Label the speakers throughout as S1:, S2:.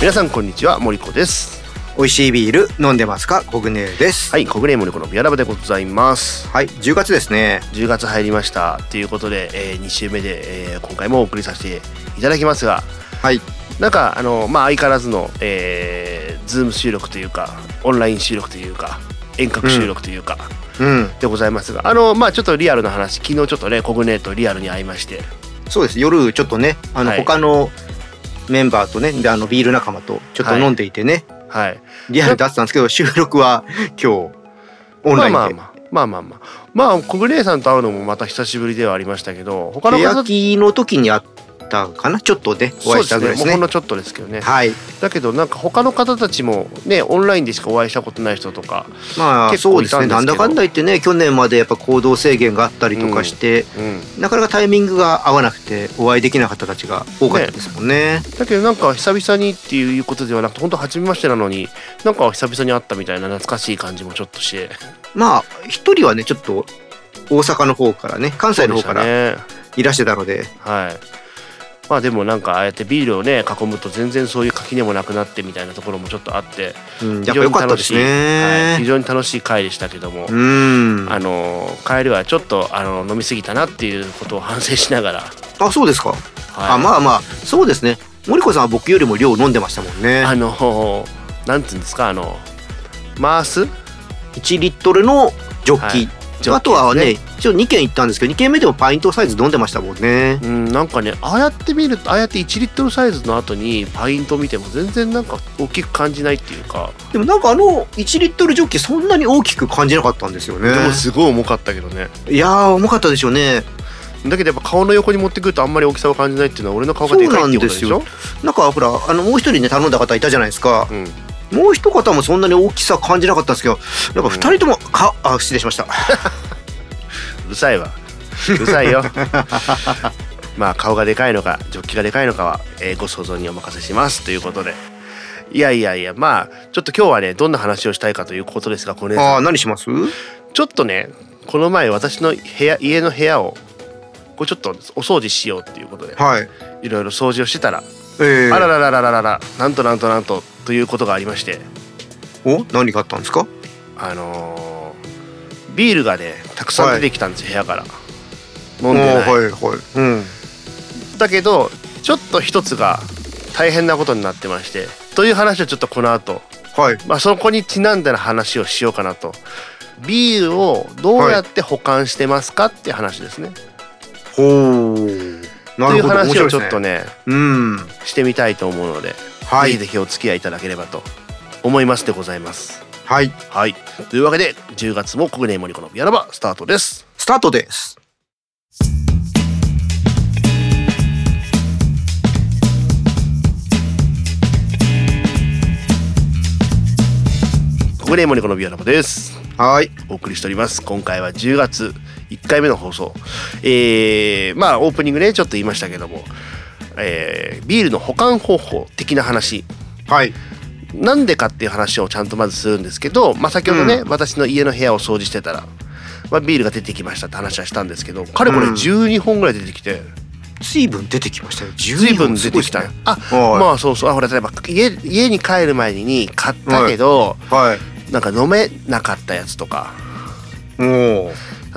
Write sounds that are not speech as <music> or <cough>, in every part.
S1: 皆さんこんにちは森子です
S2: 美味しいビール飲んでますかコグネです
S1: はい小暮森子のビアラブでございます
S2: はい、10月ですね
S1: 10月入りましたということで、え2週目で、えー今回もお送りさせていただきますが
S2: はい
S1: なんかあのまあ相変わらずの、えー、ズーム収録というかオンライン収録というか遠隔収録というか、
S2: うん
S1: でございますがあのまあちょっとリアルな話昨日ちょっとねコグネとリアルに会いまして
S2: そうです夜ちょっとねあの、
S1: はい
S2: 他のメンバーとねであのビール仲間とちょっと飲んでいてね、
S1: はい
S2: リアルだったんです
S1: <laughs>
S2: けど収録は今日オンラインで、
S1: まあまあまあまあまあまあまあ小暮さんと会うのもまた久しぶりではありましたけど他の
S2: 手
S1: 方
S2: 焼きの時にあったかなちょっとで、ね、お
S1: そう
S2: 会い
S1: で
S2: した
S1: す
S2: ぐら
S1: ね
S2: いで
S1: も
S2: す
S1: う
S2: ね
S1: ほんのちょっとですけどね
S2: はい
S1: だけどなんか他の方たちもねオンラインでしかお会いしたことない人とか
S2: まあ
S1: 結構
S2: そう
S1: い
S2: で
S1: た
S2: す
S1: んですけど
S2: ねなんだかんだ言ってね去年までやっぱ行動制限があったりとかして、
S1: うん
S2: なかなかタイミングが合わなくてお会いできなかった方たちが多かったですもんね
S1: だけどなんか久々にっていうことではなくて本当初めましてなのになんか久々に会ったみたいな懐かしい感じもちょっとして
S2: まあ一人はねちょっと大阪の方からね関西の方から
S1: ね
S2: いらしてたので
S1: はいまあでもなんかああやってビールをね囲むと全然そういう垣根もなくなってみたいなところもちょっとあって、
S2: うんやっぱ良かったです
S1: はい、非
S2: ね、
S1: 常に楽しい回でしたけども、
S2: うん
S1: あの帰りはちょっとあの飲み過ぎたなっていうことを反省しながら、はい、
S2: あそうですか、あまあまあそうですね森子さんは僕よりも量飲んでましたもんね
S1: あのなんていうんですかあのマース
S2: 1リットルのジョッキ、
S1: はいジョッキですね
S2: あとはね一応2軒行ったんですけど2軒目でもパイントサイズ飲んでましたもんね
S1: うん、なんかねああやって見るとああやって1リットルサイズの後にパイント見ても全然なんか大きく感じないっていうか、
S2: でもなんかあの1リットルジョッキそんなに大きく感じなかったんですよね
S1: でもすごい重かったけどね
S2: いやー重かったでしょうね
S1: だけどやっぱ顔の横に持ってくるとあんまり大きさを感じないっていうのは俺の顔がでかいっていうことでし
S2: そうなん
S1: ょ
S2: なんかほらあのもう一人ね頼んだ方いたじゃないですか
S1: うん
S2: もう一方もそんなに大きさ感じなかったんですけどやっぱ二人ともか、あ失礼しました
S1: うるさいわうるさ
S2: <laughs>
S1: いよまあ顔がでかいのかジョッキがでかいのかは、えーご想像にお任せしますということでいやいやいやまあちょっと今日はねどんな話をしたいかということですが小姉
S2: あ
S1: さ
S2: ー
S1: ん
S2: 何します
S1: ちょっとねこの前私の部屋家の部屋をこうちょっとお掃除しようっていうことで
S2: はい
S1: いろいろ掃除をしてたら、
S2: えー、
S1: あらららららららなんとなんとなんとということがありまして
S2: お何があったんですか
S1: あのービールがねたくさん出てきたんですよ、部屋から飲んでない、
S2: おーはいはいうん
S1: だけどちょっと一つが大変なことになってましてという話をちょっとこの後、
S2: はい
S1: まあそこにちなんだ話をしようかなとビールをどうやって保管してますかって話ですね、
S2: ほう
S1: とい
S2: なる
S1: う
S2: ほど面
S1: 話
S2: 白
S1: を
S2: いで
S1: ち
S2: す
S1: ょっと
S2: ね
S1: ね
S2: うん
S1: してみたいと思うので、
S2: は
S1: ぜひ
S2: い
S1: ぜひお付き合いいただければと思いますでございます
S2: はい
S1: はい。というわけで、10月も国内森子のビアラバスタートです。
S2: スタートです
S1: 国内森子のビアラバです。
S2: はい
S1: お送りしております。今回は10月1回目の放送。えー、まあオープニングね、ちょっと言いましたけども、えー、ビールの保管方法的な話。
S2: はい
S1: なんでかっていう話をちゃんとまずするんですけど、まあ先ほどね、
S2: う
S1: 私の家の部屋を掃除してたら、まあ、ビールが出てきましたって話はしたんですけど、かれこれ
S2: うん
S1: 12本ぐらい出てきて、
S2: 水分出てきましたよ
S1: 随
S2: 水
S1: 分出てきた。あ、
S2: はい
S1: まあそうそう。あ、ほら、例えば家、家に帰る前に買ったけど、
S2: はい
S1: なんか飲めなかったやつとか、
S2: もう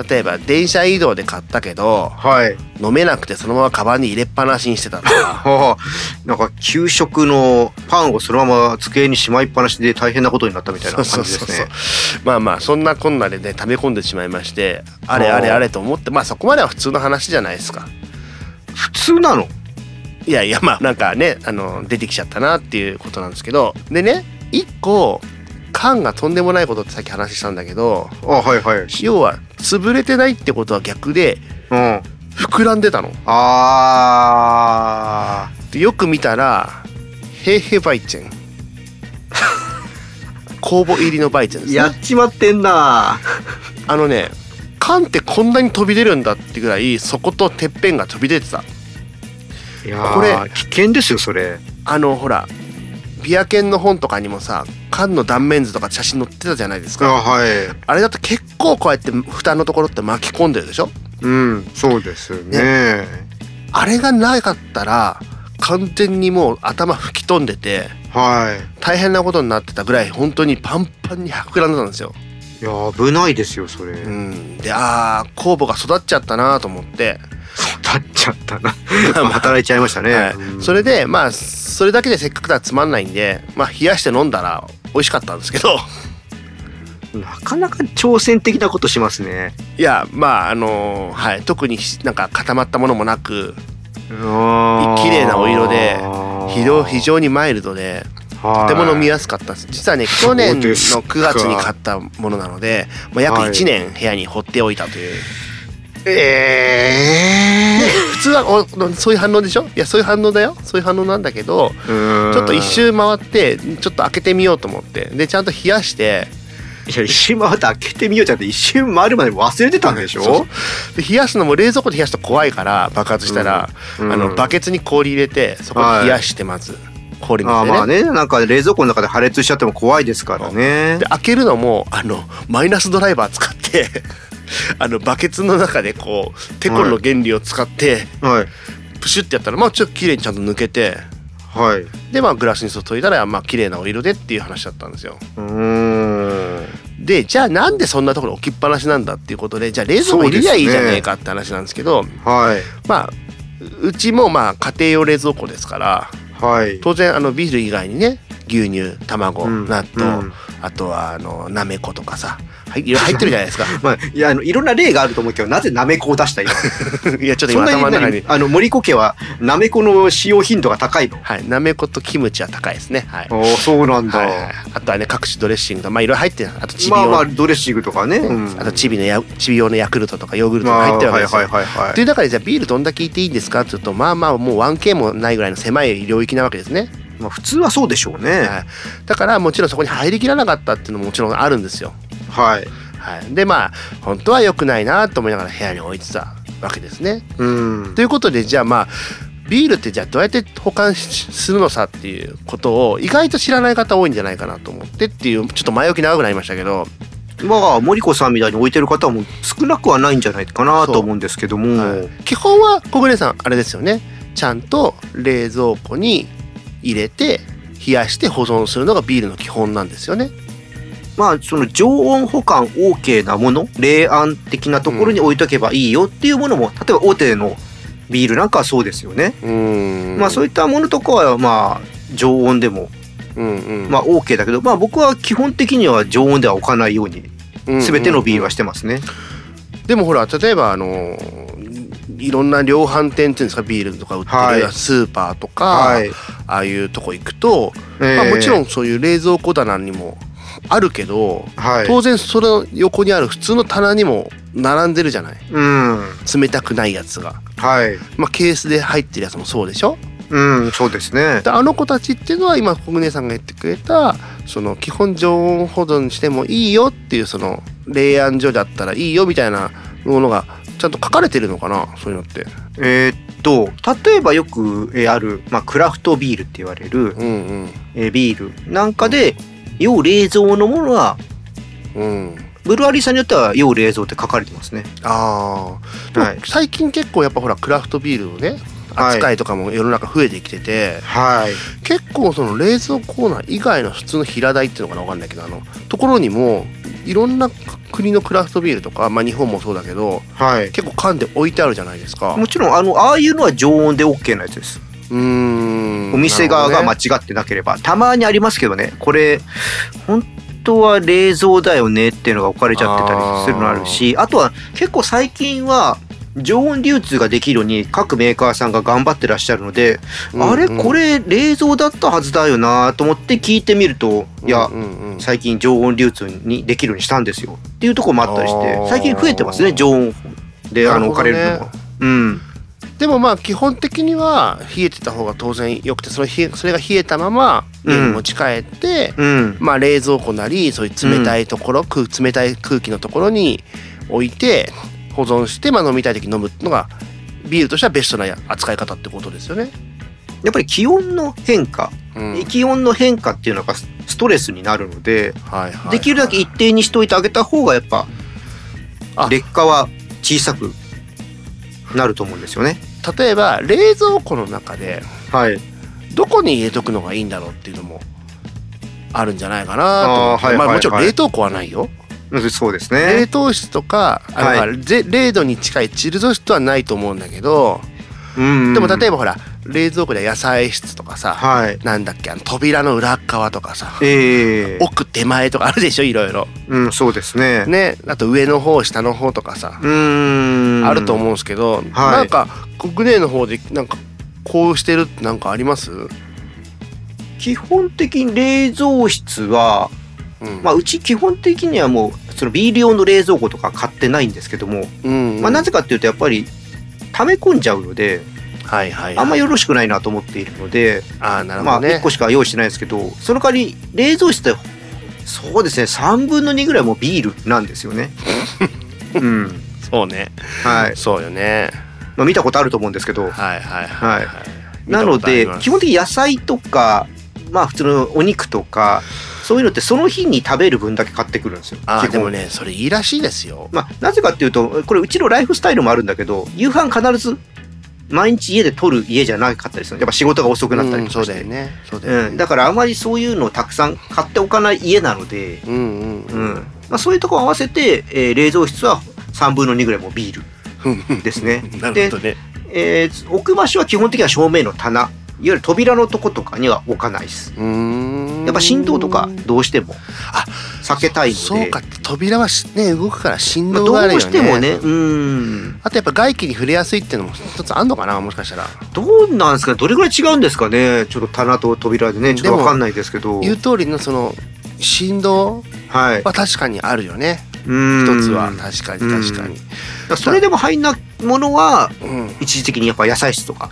S1: 例えば電車移動で買ったけど、
S2: はい
S1: 飲めなくてそのままカバンに入れっぱなしにしてたとか。
S2: はあ、なんか給食のパンをそのまま机にしまいっぱなしで大変なことになったみたいな感じですね。
S1: まあまあそんなこんなでね溜め込んでしまいましてあれあれあれと思ってまあそこまでは普通の話じゃないですか
S2: 普通なの
S1: いやいやまあなんかねあの出てきちゃったなっていうことなんですけどでね1個缶がとんでもないことってさっき話したんだけど
S2: あはいはい。うん。
S1: 要は潰れてないってことは逆で
S2: あ
S1: 膨らんでたの
S2: あ
S1: でよく見たらヘーヘーバイチェン酵母入りのバイチェンで
S2: ー
S1: す
S2: <laughs> や
S1: ね
S2: っちまってんな。
S1: あのね缶ってこんなに飛び出るんだってぐらいそことてっぺんが飛び出てた
S2: いや
S1: こ
S2: こ
S1: れ
S2: れ危険ですよそれ。
S1: あのほらビア犬の本とかにもさ缶の断面図とか写真載ってたじゃないです
S2: あ
S1: か
S2: はい。
S1: あれだと結構こうやって蓋のところって巻き込んでるでしょ
S2: うんそうですね。
S1: あれがなかったら完全にもう頭吹き飛んでて
S2: は
S1: 大変なことになってたぐらい本当にパンパンに膨らんでたんですよ。
S2: いいや危ないですよそれ、
S1: う
S2: 立
S1: ん、でああ酵母が育っちゃったなと思って、
S2: っちゃったな
S1: まあまあ
S2: <laughs> 働いちゃい <laughs> ましたね、
S1: はい
S2: うん
S1: それでまあそれだけでせっかくだからつまんないんで、まあ、冷やして飲んだら美味しかったんですけど <laughs>
S2: なかなか挑戦的なことしますね
S1: いやまああのーはい、特にしなんか固まったものもなく
S2: 綺
S1: 綺麗
S2: 麗
S1: なお色で非常非常にマイルドでとても飲みやすかったです実はね去年の
S2: そうですか
S1: 9月に買ったものなので、まあ、約
S2: はい
S1: 1年部屋に放っておいたという、
S2: え
S1: で普通はおそういう反応でしょいやそういう反応だよそういう反応なんだけど
S2: えー、
S1: ちょっと一周回ってちょっと開けてみようと思ってでちゃんと冷やして
S2: いや一瞬回って開けてみようじゃんって一瞬回るまで忘れてたんでし
S1: そう
S2: ょ
S1: で冷やすのも冷蔵庫で冷やすと怖いから爆発したら、
S2: うん
S1: あ
S2: う
S1: の
S2: ん
S1: バケツに氷入れてそこで冷やしてまず氷水
S2: ああ
S1: でね,、
S2: まあねなんか冷蔵庫の中で破裂しちゃっても怖いですからね
S1: で開けるのもあのマイナスドライバー使って <laughs> あのバケツの中でこうテコの原理を使って
S2: はい
S1: プシュってやったらまあちょっと綺麗にちゃんと抜けて
S2: はいうん
S1: でまあグラスに注いだらまあ綺麗なお色でっていう話だったんですよ。
S2: ーん
S1: でじゃあなんでそんなところ置きっぱなしなんだっていうことでじゃあ冷蔵庫入れりゃいいじゃねえかって話なんですけど
S2: はい
S1: まあうちもまあ家庭用冷蔵庫ですから
S2: はい
S1: 当然あのビール以外にね牛乳卵、
S2: うん
S1: 納豆、
S2: うん
S1: あとはあのなめことかさはいいろいろ入ってるじゃない
S2: <laughs>
S1: ですか
S2: まあいやあのいろんな例があると思うけどなぜなめこを出した今
S1: い <laughs> やちょっと
S2: そん
S1: 今頭の
S2: なに
S1: 中
S2: 何
S1: に。
S2: あの森子家はなめこの使用頻度が高いの
S1: <laughs> はい、なめことキムチは高いですね。はい。
S2: ああそうなんだ、
S1: はいはい、あとはね各種ドレッシングとかまあいろいろ入ってるあとチビ
S2: ま
S1: 用、
S2: あまあドレッシングとかね、
S1: あとチビのやチビ用のヤクルトとかヨーグルトとか入ってるわけですよ。
S2: まあはいはいはいはい
S1: という中でじゃあビールどんだけいていいんですかって言うとまあまあもう 1K もないぐらいの狭い領域なわけですね、
S2: まあ普通はそうでしょうね
S1: はい、だからもちろんそこに入りきらなかったっていうのももちろんあるんですよ、
S2: はい、
S1: はい、でまあ本当は良くないなと思いながら部屋に置いてたわけですね。
S2: うん
S1: ということでじゃあまあビールってじゃあどうやって保管しするのさっていうことを意外と知らない方多いんじゃないかなと思ってっていうちょっと前置き長くなりましたけど、
S2: まあ森子さんみたいに置いてる方も少なくはないんじゃないかな
S1: そう
S2: と思うんですけども、
S1: はい基本は小暮さんあれですよねちゃんと冷蔵庫に入れて冷やして保存するのがビールの基本なんですよね。
S2: まあその常温保管 OK なもの冷暗的なところに置いとけばいいよっていうものも、例えば大手のビールなんかはそうですよね、
S1: うん
S2: まあそういったものとかはまあ常温でも、
S1: うんうん
S2: まあ OK だけどまあ僕は基本的には常温では置かないように
S1: うん
S2: 全てのビールはしてますね、
S1: でもほら例えばあのいろんな量販店っていうんですかビールとか売ってる、
S2: はい
S1: スーパーとか、
S2: はい、
S1: ああいうとこ行くと、まあ、
S2: えー
S1: もちろんそういう冷蔵庫棚にもあるけど、
S2: はい
S1: 当然その横にある普通の棚にも並んでるじゃない
S2: うん
S1: 冷たくないやつが、
S2: はい
S1: まあ、ケースで入ってるやつもそうでしょ
S2: うんそうですね
S1: であの子たちっていうのは今小峰さんが言ってくれたその基本常温保存してもいいよっていうその冷暗所だったらいいよみたいなものがちゃんと書かれてるのかなそういうのって。
S2: えーっと例えばよくえーある、まあ、クラフトビールって言われる、
S1: うん
S2: えービールなんかで要冷蔵のものは
S1: うんうん、
S2: ブルワリーさんによっては要冷蔵って書かれてますね。
S1: あーでも
S2: はい
S1: 最近結構やっぱほらクラフトビールのね
S2: はい
S1: 扱いとかも世の中増えてきてて、
S2: はい。
S1: 結構その冷蔵コーナー以外の普通の平台っていうのかな分かんないけどあのところにもいろんな国のクラフトビールとか、まあ、日本もそうだけど
S2: はい。
S1: 結構缶で置いてあるじゃないですか。
S2: もちろんあのああいうのは常温で OK なやつです。
S1: うーん
S2: お店側が間
S1: ま
S2: 違ってなければ、たまにありますけどねこれ本当は冷蔵だよねっていうのが置かれちゃってたりするのあるしあとは結構最近は常温流通ができるように各メーカーさんが頑張ってらっしゃるので、あれこれ冷蔵だったはずだよなと思って聞いてみると、いや
S1: うんうんうん
S2: 最近常温流通にできるようにしたんですよっていうところもあったりし
S1: あー
S2: て最近増えてますね常温であ
S1: なる
S2: の
S1: ほ
S2: 置
S1: ど
S2: か
S1: ね
S2: れるのも。うん、
S1: でもまあ基本的には冷えてた方が当然よくてその冷えそれが冷えたまま家に持ち帰って、
S2: うん、
S1: まあ冷蔵庫なりそういう冷たいところ、空冷たい空気のところに置いて保存して、まあ、飲みたい時に飲むのがビールとしてはベストな扱い方ってことですよね。
S2: やっぱり気温の変化
S1: うん
S2: 気温の変化っていうのがスストレスになるので、
S1: はいはい
S2: できるだけ一定にしといてあげた方がやっぱ
S1: あ
S2: 劣化は小さくなると思うんですよね。
S1: 例えば冷蔵庫の中で
S2: はい。
S1: どこに入れとくのがいいんだろうっていうのもあるんじゃないかなと思って
S2: あーはいはい
S1: ま
S2: は
S1: あ
S2: い
S1: もちろん冷凍庫はないよ、
S2: そうですね
S1: 冷。凍室とかあの、
S2: はい
S1: まあぜ0度に近いチルド室はないと思うんだけど
S2: うん
S1: でも例え
S2: ば。
S1: ばほら冷蔵庫で野菜室とかさ、
S2: はい。
S1: なんだっけあの扉の裏っ側とかさ
S2: ええ
S1: 奥手前とかあるでしょいろいろ
S2: うん、そうですね。
S1: ねあと上の方下の方とかさ
S2: う、ーん。
S1: あると思うんですけど、なんか国内の方でなんかこうしてるってなんかあります、うん
S2: 基本的に冷蔵室は、まあ、うち基本的にはもう、そのビール用の冷蔵庫とか買ってないんですけども、
S1: うんうん
S2: まあ、なぜかっていうと、やっぱり、溜め込んじゃうので、
S1: はいはいはい、
S2: あんまよろしくないなと思っているので、
S1: あーなるほ
S2: ま
S1: ど
S2: あ、
S1: ね
S2: 1、個しか用意してないですけど、その代わり、冷蔵室って、そうですね、3分の2ぐらいもうビールなんです
S1: <laughs>
S2: よね。うん。
S1: そうね
S2: はい。
S1: そうよね
S2: まあ、見たことあると思うんですけど、
S1: はいはいはい、
S2: は
S1: はい、
S2: なので
S1: 見たことあります
S2: 基本的に野菜とかまあ普通のお肉とかそういうのってその日に食べる分だけ買ってくるんですよ。
S1: あー
S2: 基本
S1: でもねそれいいらしいですよ
S2: まあなぜかっていうとこれうちのライフスタイルもあるんだけど夕飯必ず毎日家で取る家じゃなかったりするやっぱ仕事が遅くなった
S1: う
S2: り
S1: ん
S2: と
S1: そ
S2: か
S1: う
S2: して、
S1: だよねそうだよね、
S2: うん、だからあまりそういうのをたくさん買っておかない家なので、
S1: うんうんう。
S2: うんんまあ、そういうところ合わせて、えー冷蔵室は3分の2ぐらいもうビールですね
S1: <laughs> なる
S2: で
S1: ほどね
S2: えー置く場所は基本的には正面の棚いわゆる扉のとことかには置かないです
S1: うーん
S2: やっぱ振動とかどうしても
S1: あ
S2: 避けたいので
S1: そうか扉はしね動くから振
S2: まあ
S1: 動があるよ
S2: どう
S1: ね、
S2: してもねうん
S1: あとやっぱ外気に触れやすいっていうのも一つあんのかなもしかしたら
S2: どうなんですかねどれぐらい違うんですかねちょっと棚と扉でねちょっと分かんないですけど
S1: 言う通りのその振動
S2: はい
S1: は確かにあるよね
S2: うん
S1: 一つは確かに確かに
S2: だからそれでも入んないものは
S1: うん
S2: 一時的にやっぱ野菜室とか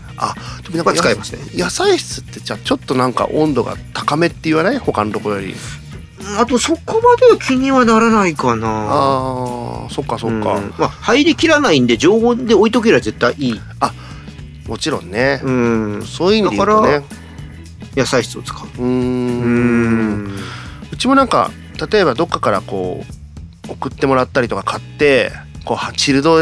S1: でもなん
S2: は
S1: か
S2: 使いますね
S1: 野菜室ってじゃあちょっとなんか温度が高めって言わない他のとこより
S2: あとそこまでは気にはならないかな
S1: あーそっかそっか
S2: うんまあ、入りきらないんで常温で置いとけりゃ絶対いい、
S1: もちろんね
S2: うん、
S1: そういう意味で言うと
S2: だ
S1: ね
S2: 野菜室を使う
S1: うーん
S2: う
S1: うちもなんか例えばどっかからこう送ってもらったりとか買ってこうはチルド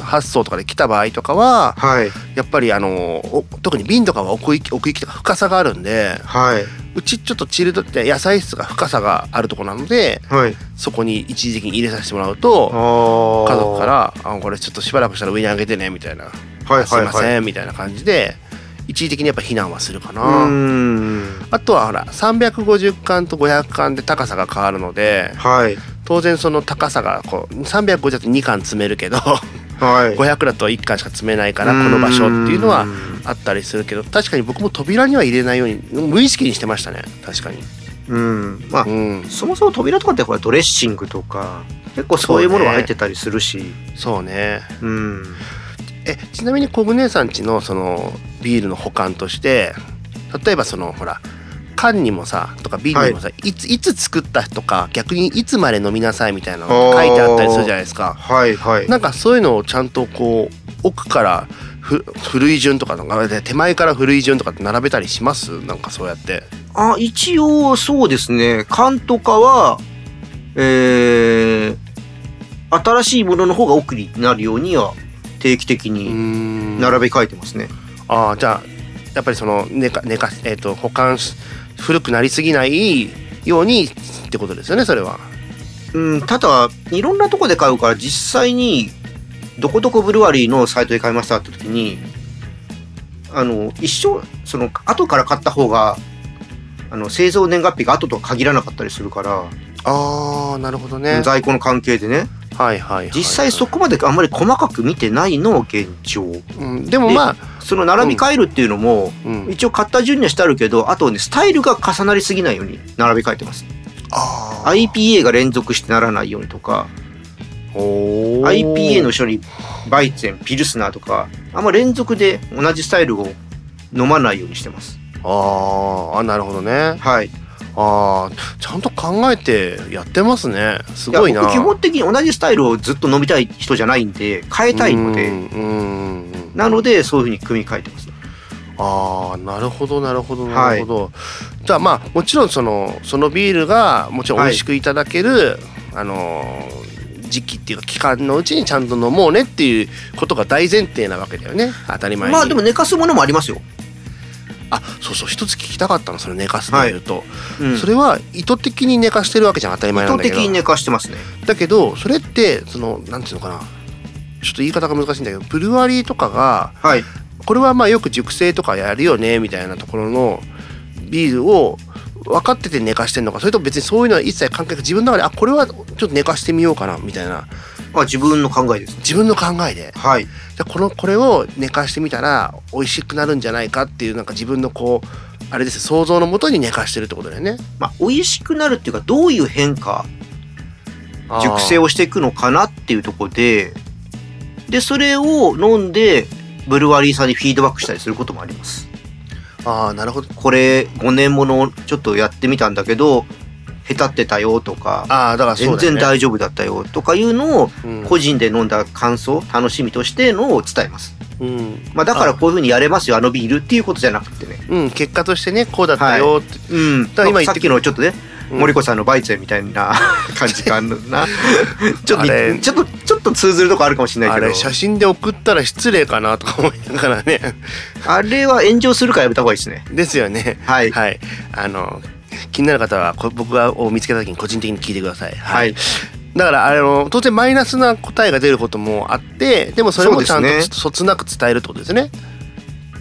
S1: 発送とかで来た場合とかは
S2: はい
S1: やっぱりあのお特に瓶とかは奥行き奥行きとか深さがあるんで
S2: はいう
S1: ちちょっとチルドって野菜室が深さがあるとこなので
S2: はい
S1: そこに一時的に入れさせてもらうと
S2: あ
S1: 家族から「あこれちょっとしばらくしたら上に上げてね」みたいな「
S2: らはい
S1: すい
S2: はい
S1: ま
S2: はい
S1: せん」みたいな感じで一時的にやっぱ避難はするか
S2: う
S1: な。
S2: ーん
S1: あとはほら350巻と500巻で高さが変わるので
S2: はい
S1: 当然その高さがこう350だと2巻積めるけど
S2: はい
S1: 500だと1巻しか積めないからこの場所っていうのは
S2: ーん
S1: あったりするけど確かに僕も扉には入れないように無意識にしてましたね確かに、
S2: うんまあ
S1: うん、
S2: そもそも扉とかってほらドレッシングとか結構そういうものが入ってたりするし
S1: そうね
S2: うん
S1: えちなみにコグネさんちのそのビールの保管として例えばそのほら缶にもさとか瓶にもさ、い、ついつ作ったとか逆にいつまで飲みなさいみたいなのが書いてあったりするじゃないですか
S2: はいはい
S1: なんかそういうのをちゃんとこう奥からふ古い順とかなんかで手前から古い順とかって並べたりしますなんかそうやって
S2: あ一応そうですね缶とかはえー、新しいものの方が奥になるようには定期的に
S1: ん
S2: 並べ替えてますね
S1: ああじゃあやっぱりその寝か寝かえっ、と保管し古くなりすぎないようにってことですよねそれは
S2: うん、ただいろんなとこで買うから実際にどこどこブルワリーのサイトで買いましたって時にあの一生その後から買った方があの製造年月日が後とは限らなかったりするから、
S1: ああなるほどね
S2: 在庫の関係でね
S1: はいはいはい
S2: 実際そこまであんまり細かく見てないの現状
S1: うん、でもまあ、
S2: その並び替えるっていうのも、
S1: うん、
S2: 一応買った順にはしてあるけどあとねスタイルが重なりすぎないように並び替えてます
S1: あ
S2: IPA が連続してならないようにとか IPA の後ろにバイツェンピルスナーとかあんま連続で同じスタイルを飲まないようにしてます
S1: あーあなるほどね
S2: はい
S1: ああちゃんと考えてやってますねすごいな
S2: や僕基本的に同じスタイルをずっと飲みたい人じゃないんで変えたいの
S1: う
S2: で
S1: んうんうんうん
S2: なのでそういうふうに組み替えてます
S1: ああなるほどなるほどな
S2: はい
S1: るほど、じゃあまあもちろんそのそのビールがもちろん美味しくいただける、あのー時期っていうか期間のうちにちゃんと飲もうねっていうことが大前提なわけだよね当たり前に
S2: まあでも寝かすものもありますよ
S1: あそうそう一つ聞きたかったのそれ寝かすというと、
S2: うん、
S1: それは意図的に寝かしてるわけじゃん当たり前
S2: 意
S1: なん
S2: 図
S1: だけど
S2: 的に寝かしてますね。
S1: だけどそれってそのなんていうのかなちょっと言い方が難しいんだけどブルワリーとかが
S2: はい。
S1: これはまあよく熟成とかやるよねみたいなところのビールを分かってて寝かしてんのかそれとも別にそういうのは一切関係なく自分の中であこれはちょっと寝かしてみようかなみたいな
S2: あ、自分の考えです。
S1: 自分の考えで
S2: はい。
S1: じゃあこのこれを寝かしてみたら美味しくなるんじゃないかっていうなんか自分のこうあれです想像のもとに寝かしてるってことだよね。
S2: まあ、美味しくなるっていうか、どういう変化、熟成
S1: を
S2: をしていくのかなっていうところで、で、それを飲んで、ブルワリーさんにフィードバックしたりすることもあります。
S1: ああなるほど
S2: これ5年ものちょっとやってみたんだけど、下手ってたよとか、
S1: ああだからそう
S2: 全
S1: だよ
S2: 然
S1: ね。
S2: 大丈夫だったよとかいうのを
S1: うん
S2: 個人で飲んだ感想楽しみとしてのを伝えます、
S1: うん
S2: まあ、だからこういうふうにやれますよあのビールっていうことじゃなくてね、
S1: うん、結果としてねこうだったよって、
S2: うん、
S1: だから今言って
S2: さっきのちょっとね、
S1: うん
S2: 森子さんのバイツェみたい <laughs> な感じがあるなちょっ
S1: あれ
S2: とちょっとちょっと通ずるとこあるかもしれない
S1: あ
S2: けどあ
S1: れ
S2: れ
S1: 写真で送ったら失礼かなとか思いながらね <laughs>
S2: は炎上するからやめた方がいいですね
S1: ですよね
S2: はいはい、
S1: はいあの気になる方はこ僕がを見つけた時に個人的に聞いてください、だからあの当然マイナスな答えが出ることもあってでもそれもちゃん
S2: そうで
S1: と
S2: すね
S1: そつなく伝えるってことですね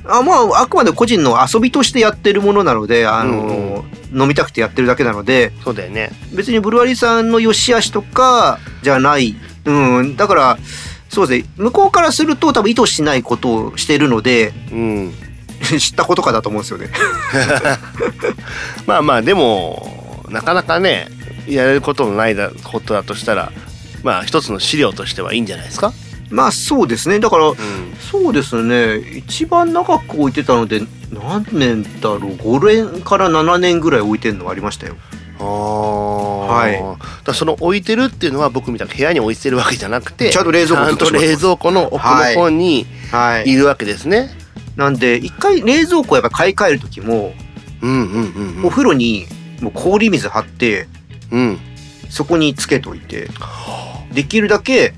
S2: あまああくまで個人の遊びとしてやってるものなのであの、飲みたくてやってるだけなので
S1: そうだよね
S2: 別にブルワリーさんの良し悪しとかじゃない、うん、だからそうですね向こうからすると多分意図しないことをしているので <laughs>
S1: うん
S2: 知ったことかだと思うんですよね。 <laughs>
S1: まあまあでもなかなかねやれることのないだことだとしたらまあ一つの資料としてはいいんじゃないですか、
S2: まあそうですねだから
S1: うん、
S2: そうですね一番長く置いてたので何年だろう5年から7年ぐらい置いてるのはありましたよ。
S1: ああ
S2: はい
S1: だからその置いてるっていうのは僕みたいに部屋に置いてるわけじゃなくて
S2: ちゃんと冷蔵庫
S1: ちゃんと冷蔵庫の奥の方に
S2: はい
S1: るわけですね、
S2: なんで一回冷蔵庫やっぱ買い替える時も、
S1: うんうんうんう
S2: お
S1: ん
S2: 風呂にもう氷水張って
S1: うん
S2: そこにつけといてできるだけ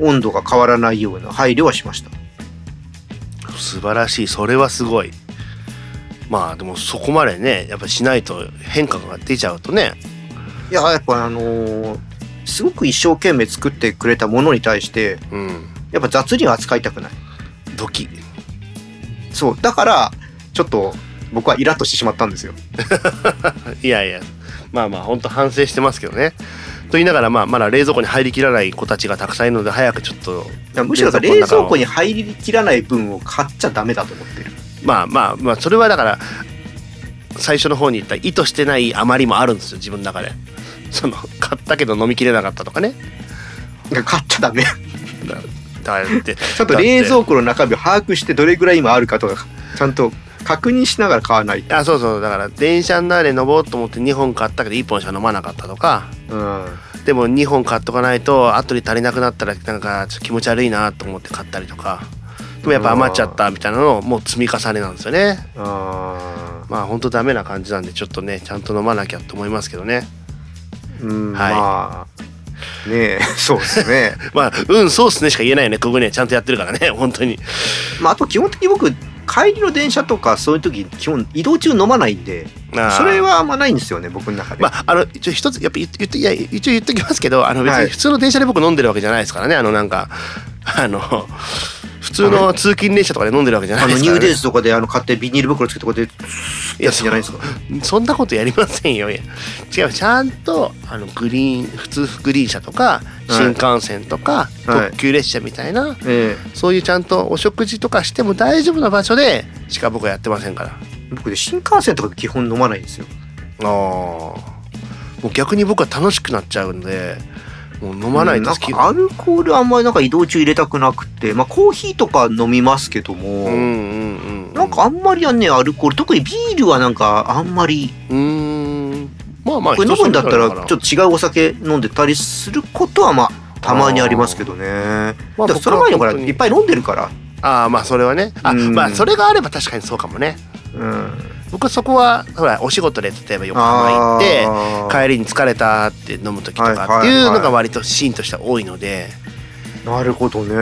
S2: 温度が変わらないような配慮はしました
S1: 素晴らしいそれはすごいまあでもそこまでねやっぱしないと変化が出ちゃうとね
S2: いややっぱあのーすごく一生懸命作ってくれたものに対して
S1: うん
S2: やっぱ雑には扱いたくない
S1: ドキ
S2: そうだからちょっと僕はイラッとしてしまったんですよ
S1: いやいやまあまあ本当反省してますけどねと言いながらまあまだ冷蔵庫に入りきらない子たちがたくさんいるので早くちょっと
S2: だからむしろさ冷蔵庫に入りきらない分を買っちゃダメだと思ってる
S1: まあまあまあそれはだから最初の方に言った意図してない余りもあるんですよ自分の中でその買ったけど飲みきれなかったとかね
S2: だから買っ <laughs> ちゃダメ
S1: だだからって
S2: <laughs> ちょっと冷蔵庫の中身を把握してどれぐらい今あるかとかちゃんと確認しながら買わないと
S1: あそうそうだから電車の中で飲もうと思って2本買ったけど1本しか飲まなかったとか
S2: うん
S1: でも2本買っとかないと後で足りなくなったらなんかちょっと気持ち悪いなと思って買ったりとかでもやっぱ余っちゃったみたいなのをもう積み重ねなんですよね
S2: あ
S1: まあほんとダメな感じなんでちょっとねちゃんと飲まなきゃと思いますけどね
S2: ーうん、
S1: はい
S2: まあねえ <laughs> そうで
S1: <laughs>
S2: すね、
S1: まあうんそうっすねしか言えないよねここねちゃんとやってるからね <laughs> 本当に
S2: まあ、あと基本的に僕帰りの電車とかそういう時基本移動中飲まないんで
S1: あー
S2: それはあんまないんですよね僕の中で、
S1: まあ、あの一応一つやっぱ言って言っていや一応言っときますけどあの別
S2: は
S1: に
S2: い
S1: 普通の電車で僕飲んでるわけじゃないですからねあのなんかあの普通の通勤電車とかで飲んでるわけじゃな
S2: あ
S1: いで
S2: の
S1: す
S2: ニ
S1: か
S2: ュ
S1: ら、
S2: ーデ
S1: ね
S2: イ、ズとかであの買ってビニール袋つけてこうやって
S1: い
S2: や
S1: や
S2: つじゃないですか
S1: そんなことやりませんよいや違うちゃんとあのグリーン普通グリーン車とか新幹線とか、
S2: はい
S1: 特急列車みたいな、
S2: え
S1: そういうちゃんとお食事とかしても大丈夫な場所でしか僕はやってませんから。
S2: え僕で新幹線とかで基本飲まないんですよ
S1: あーもう逆に僕は楽しくなっちゃうんでもう飲まない
S2: うん
S1: と
S2: なん
S1: 好き、
S2: かアルコールあんまりなんか移動中入れたくなくてまあコーヒーとか飲みますけども、
S1: うんうんうんうん
S2: なんかあんまりはねアルコール特にビールはなんかあんまり
S1: うーんまあまあ
S2: これ飲むんだったらちょ
S1: っ
S2: っと違うお酒飲んでたりすることはまあたまにありますけどね。
S1: まあ
S2: だからその前にほら
S1: 僕は本当に
S2: いっぱい飲んでるから。
S1: ああまあそれはねあ
S2: うん
S1: まあそれがあれば確かにそうかもね
S2: うん、
S1: 僕はそこはほらお仕事で例えば横浜行って
S2: あー
S1: 帰りに疲れたって飲む時とかって
S2: はい
S1: い
S2: は
S1: う
S2: いはい
S1: のが割とシーンとしては多いので
S2: なるほどね。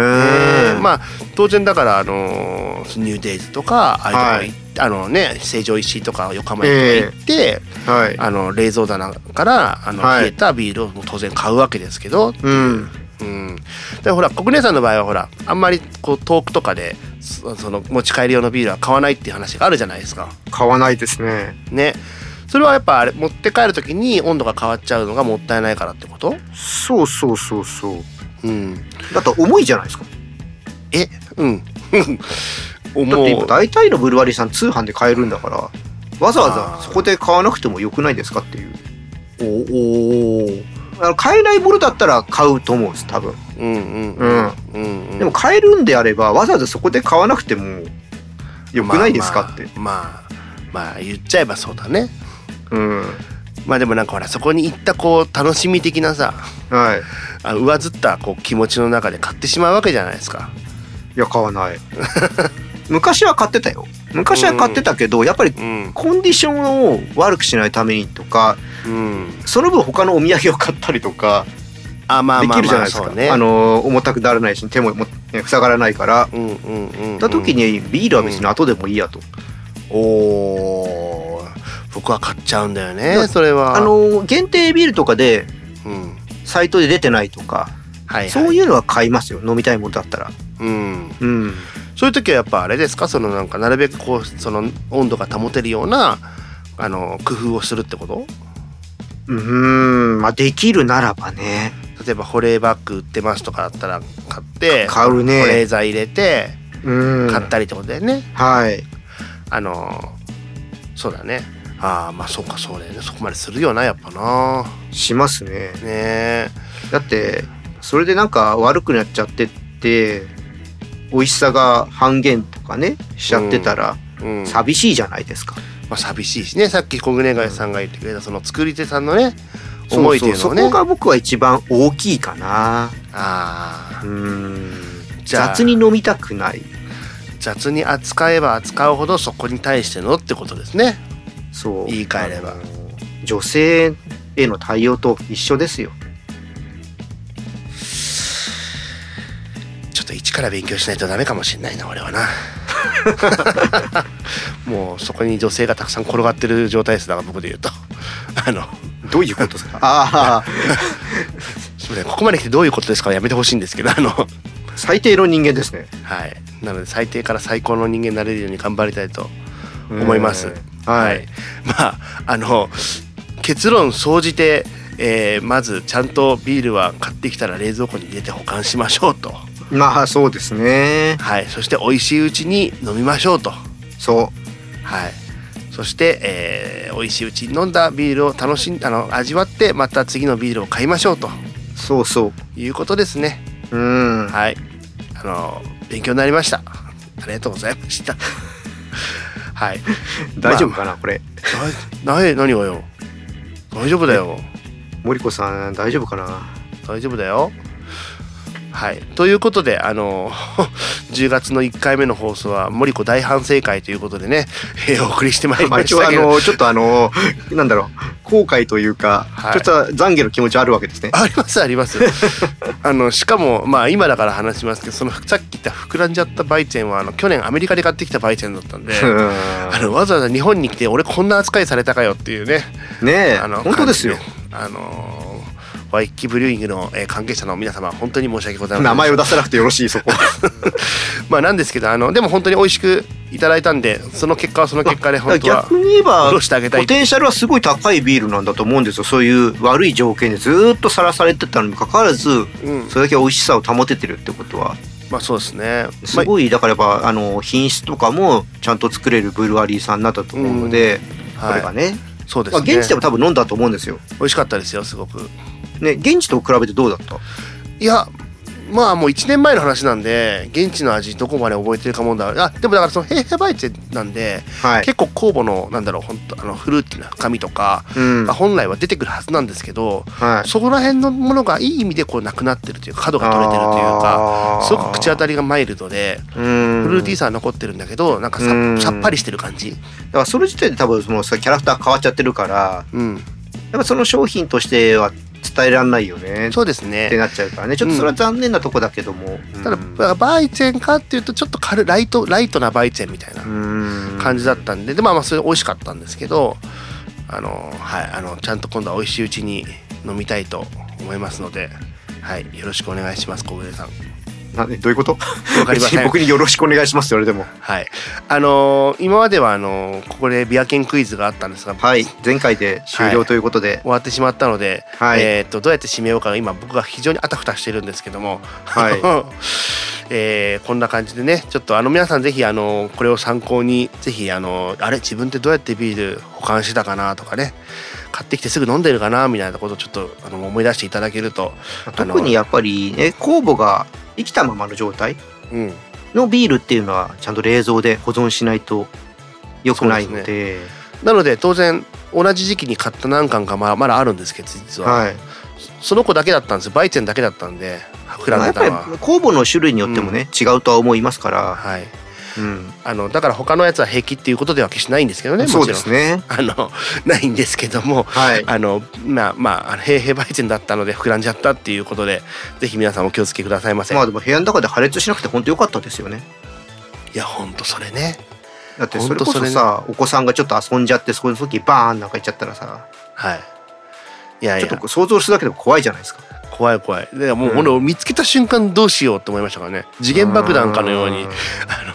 S1: まあ当然だからあのーニューデイズとかああいうとこ行ってあのね成城石井とか横浜とか行って、
S2: あ、はい。
S1: あの冷蔵棚からあの
S2: はい
S1: 冷えたビールをもう当然買うわけですけど、
S2: うん。
S1: うん、でほら国根さんの場合はほらあんまりこう遠くとかでそその持ち帰り用のビールは買わないっていう話があるじゃないですか。
S2: 買わないですね。
S1: ねそれはやっぱあれ持って帰る時に温度が変わっちゃうのがもったいないからってこと、
S2: そうそうそうそう。
S1: うん、
S2: だと重いじゃないですか。
S1: えうん。 <laughs>
S2: だって
S1: 思
S2: 今
S1: う
S2: 大体のブルワリーさん通販で買えるんだからわざわ
S1: あー
S2: ざそこで買わなくてもよくないですかっていう
S1: おおー
S2: あの買えないものだったら買うと思うんです多分
S1: うんうん
S2: うん
S1: うんうん
S2: でも買えるんであればわざわざそこで買わなくてもよくないですかって、
S1: まあまあ、まあ言っちゃえばそうだね
S2: うん
S1: まあでもなんかほらそこに行ったこう楽しみ的なさ
S2: はい
S1: あ上ずったこう気持ちの中で買ってしまうわけじゃないですか
S2: いや買
S1: <laughs>
S2: わない昔は買ってたよ昔は買ってたけど、やっぱり
S1: うん
S2: コンディションを悪くしないためにとか
S1: うん
S2: その分他のお土産を買ったりとか
S1: あまあ
S2: で
S1: まあまあ
S2: きるじゃないです
S1: そ
S2: か、
S1: うね
S2: あの重たくならないし手ももね塞がらないから
S1: うんうんうんうん
S2: った時にビールは別に後でもいいやと、
S1: おー僕は買っちゃうんだよ
S2: い
S1: ね
S2: や
S1: それは
S2: あ、の限定ビールとかで
S1: うん
S2: サイトで出てないとか、
S1: はいはい、
S2: そう
S1: う、
S2: いうのは買いますよ飲みたいものだったら
S1: うん、
S2: うん
S1: そういう時はやっぱあれですかそのなんかなるべくこうその温度が保てるようなあの工夫をするってこと
S2: うーんまあできるならばね
S1: 例えば保冷バッグ売ってますとかだったら買って
S2: 買う
S1: 保冷
S2: ね
S1: 剤入れて
S2: うん
S1: 買ったりってことだよね、
S2: はい
S1: あのそうだねああまあそうかそうだよねそこまでするよなやっぱな
S2: しますね
S1: ねえ
S2: だってそれでなんか悪くなっちゃってって美味しさが半減とかねしちゃってたら
S1: うんま
S2: 寂しいじゃないですか、
S1: あ、寂しいしねさっき小暮がさんが言ってくれたその作り手さんのね
S2: そう
S1: 思いっていうの
S2: そ
S1: を
S2: う
S1: ね
S2: そこが僕は一番大きいかな
S1: ああ
S2: うん
S1: じゃあ
S2: 雑に飲みたくない
S1: 雑に扱えば扱うほどそこに対してのってことですね
S2: そう
S1: 言い換えれば
S2: あの女性への対応と一緒ですよ
S1: ちょっと一から勉強しないとダメかもしれないな俺はな <laughs> もうそこに女性がたくさん転がってる状態ですだから僕で言うと <laughs> あの
S2: どういうことですか <laughs> ああ
S1: すみませんここまで来てどういうことですかはやめてほしいんですけどあの <laughs> は
S2: 最低の人間ですね
S1: いなので最低から最高の人間になれるように頑張りたいと思います
S2: うんはい、
S1: まああの結論総じて、えーまずちゃんとビールは買ってきたら冷蔵庫に入れて保管しましょうと
S2: まあそうですね
S1: はいそして美味しいうちに飲みましょうと
S2: そ
S1: はい。そして、えー美味しいうちに飲んだビールを楽しんあの味わってまた次のビールを買いましょうと
S2: うそうそ
S1: いうことですね。
S2: ううん
S1: はい。あの勉強になりました。ありがとうございました。 <laughs> はい。
S2: 大丈夫かなこれ
S1: なな何がよ。大丈夫だよ。
S2: 森子さん大丈夫かな
S1: 大丈夫だよ。はい、ということであの <laughs> 10月の1回目の放送は森子大反省会ということでね、えーお送りしてまいり
S2: まあ
S1: ま
S2: 一
S1: し
S2: 応
S1: た
S2: あ
S1: けど、
S2: <laughs> のちょっとあのなんだろう後悔というか、
S1: はい
S2: ちょっと懺悔の気持ちはあるわけですね
S1: <laughs> ありますありますあのしかもまあ今だから話しますけどそのさっき言った膨らんじゃったバイチェンはあの去年アメリカで買ってきたバイチェンだったんであのわざわざ日本に来て俺こんな扱いされたかよっていうね
S2: ねえ
S1: あの
S2: 本当ですよ
S1: 感じあのーワイキブリューイングのえー関係者の皆様本当に申し訳ございません
S2: 名前を出さなくてよろしい <laughs> そこ
S1: まあなんですけどあのでも本当に美味しくいただいたんでその結果はその結果で本当は
S2: 逆に言えば
S1: 戻してあげたい
S2: ポテンシャルはすごい高いビールなんだと思うんですよそういう悪い条件でずーっとさらされてたのにもかかわらず
S1: うん
S2: それだけ美味しさを保ててるってことは
S1: まあそうですね
S2: すごいだからやっぱあの品質とかもちゃんと作れるブルワリーさんなんだと思うので、
S1: まあ
S2: これ
S1: は
S2: が
S1: い、
S2: ね,、
S1: そうで
S2: まあ、
S1: すね
S2: 現地でも多分飲んだと思うんですよ。
S1: 美味しかったですよすごく
S2: ね現地と比べてどうだった
S1: いやまあもう1年前の話なんで現地の味どこまで覚えてるかもんだあでもだからそのヘーヘバイチェなんで、
S2: はい、
S1: 結構酵母のなんだろう本当あのフルーティーな深みとか、
S2: うん
S1: まあ本来は出てくるはずなんですけど、
S2: はい、
S1: そこら辺のものがいい意味でこうなくなってるというか角が取れてるというか
S2: あー
S1: すごく口当たりがマイルドで
S2: うん
S1: フルーティーさは残ってるんだけどなんかさ,、
S2: うん
S1: さっぱりしてる感じ、
S2: だからその時点で多分もうさキャラクター変わっちゃってるから
S1: うん、
S2: やっぱその商品としては伝えられないよね
S1: そうですね
S2: ってなっちゃうからねちょっとそれは残念なとこだけども、
S1: ただ
S2: うん
S1: まあバイチェンかっていうとちょっと軽いライトライトなバイチェンみたいな
S2: うん
S1: 感じだったんででまあまあそれ美味しかったんですけどあのはいあのちゃんと今度は美味しいうちに飲みたいと思いますのではいよろしくお願いします小暮さん
S2: などういうこと
S1: わかりません
S2: <laughs> 僕によろしくお願いしますって言われても
S1: はいあのー今まではあのーここでビアケンクイズがあったんですが、
S2: はい前回で終了ということで
S1: 終わってしまったので、
S2: はい
S1: えー、とどうやって締めようか今僕が非常にあたふたしてるんですけども、
S2: はい
S1: <laughs> えーこんな感じでねちょっとあの皆さんぜひあのこれを参考にぜひあのあれ自分ってどうやってビール保管してたかなとかね買ってきてすぐ飲んでるかなみたいなことをちょっとあの思い出していただけると、
S2: 特にやっぱりね酵母が生きたままの状態
S1: うん、
S2: のビールっていうのはちゃんと冷蔵で保存しないと良くないの
S1: そう
S2: で
S1: なので当然同じ時期に買った何缶かまあまだあるんですけど実は、
S2: はい
S1: その子だけだったんですバイチェンだけだったんで膨ら
S2: ま
S1: ん
S2: あや
S1: で
S2: っぱ
S1: た
S2: り
S1: のは。
S2: 酵母の種類によってもね、違うとは思いますから、
S1: はい、
S2: うん
S1: あのだから他のやつは平気っていうことでは決してないんですけどねもちろ
S2: そ
S1: ん
S2: うですね
S1: あのないんですけども
S2: はい
S1: あのまあまああの平平売店だったので膨らんじゃったっていうことでぜひ皆さんお気をつけくださいませ、
S2: まあでも部屋の中で破裂しなくて本当良かったですよね
S1: いやほんとそれね
S2: だってそれこ
S1: ほんと
S2: そ
S1: それ
S2: さお子さんがちょっと遊んじゃってその時バーンなんかいっちゃったらさ
S1: はいいやい
S2: ちょ
S1: や
S2: っとこう想像するだけでも怖いじゃないですか
S1: 怖い怖いでもう
S2: うん
S1: 俺を見つけた瞬間どうしようと思いましたからね次元爆弾かのように
S2: ん
S1: あ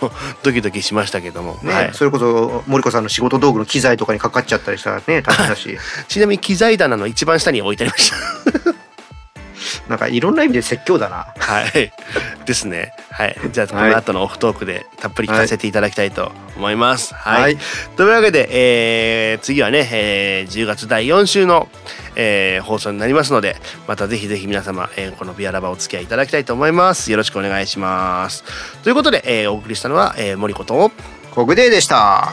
S1: のドキドキしましたけども、
S2: ね、
S1: はい、
S2: それこそ森子さんの仕事道具の機材とかにかかっちゃったりしたらね大変
S1: <laughs>
S2: だし
S1: ちなみに機材棚の一番下に置いてありました
S2: なんかいろんな意味で説教だな
S1: はい。ですね。はい。じゃあ、この後のオフトークでたっぷり聞かせていただきたいと思います。はい。
S2: はい
S1: というわけで、えー次はね、えー10月第4週の、えー放送になりますので、またぜひぜひ皆様、えーこのビアラバお付き合いいただきたいと思います。よろしくお願いします。ということで、えーお送りしたのは、えー、森子と、
S2: コグデーでした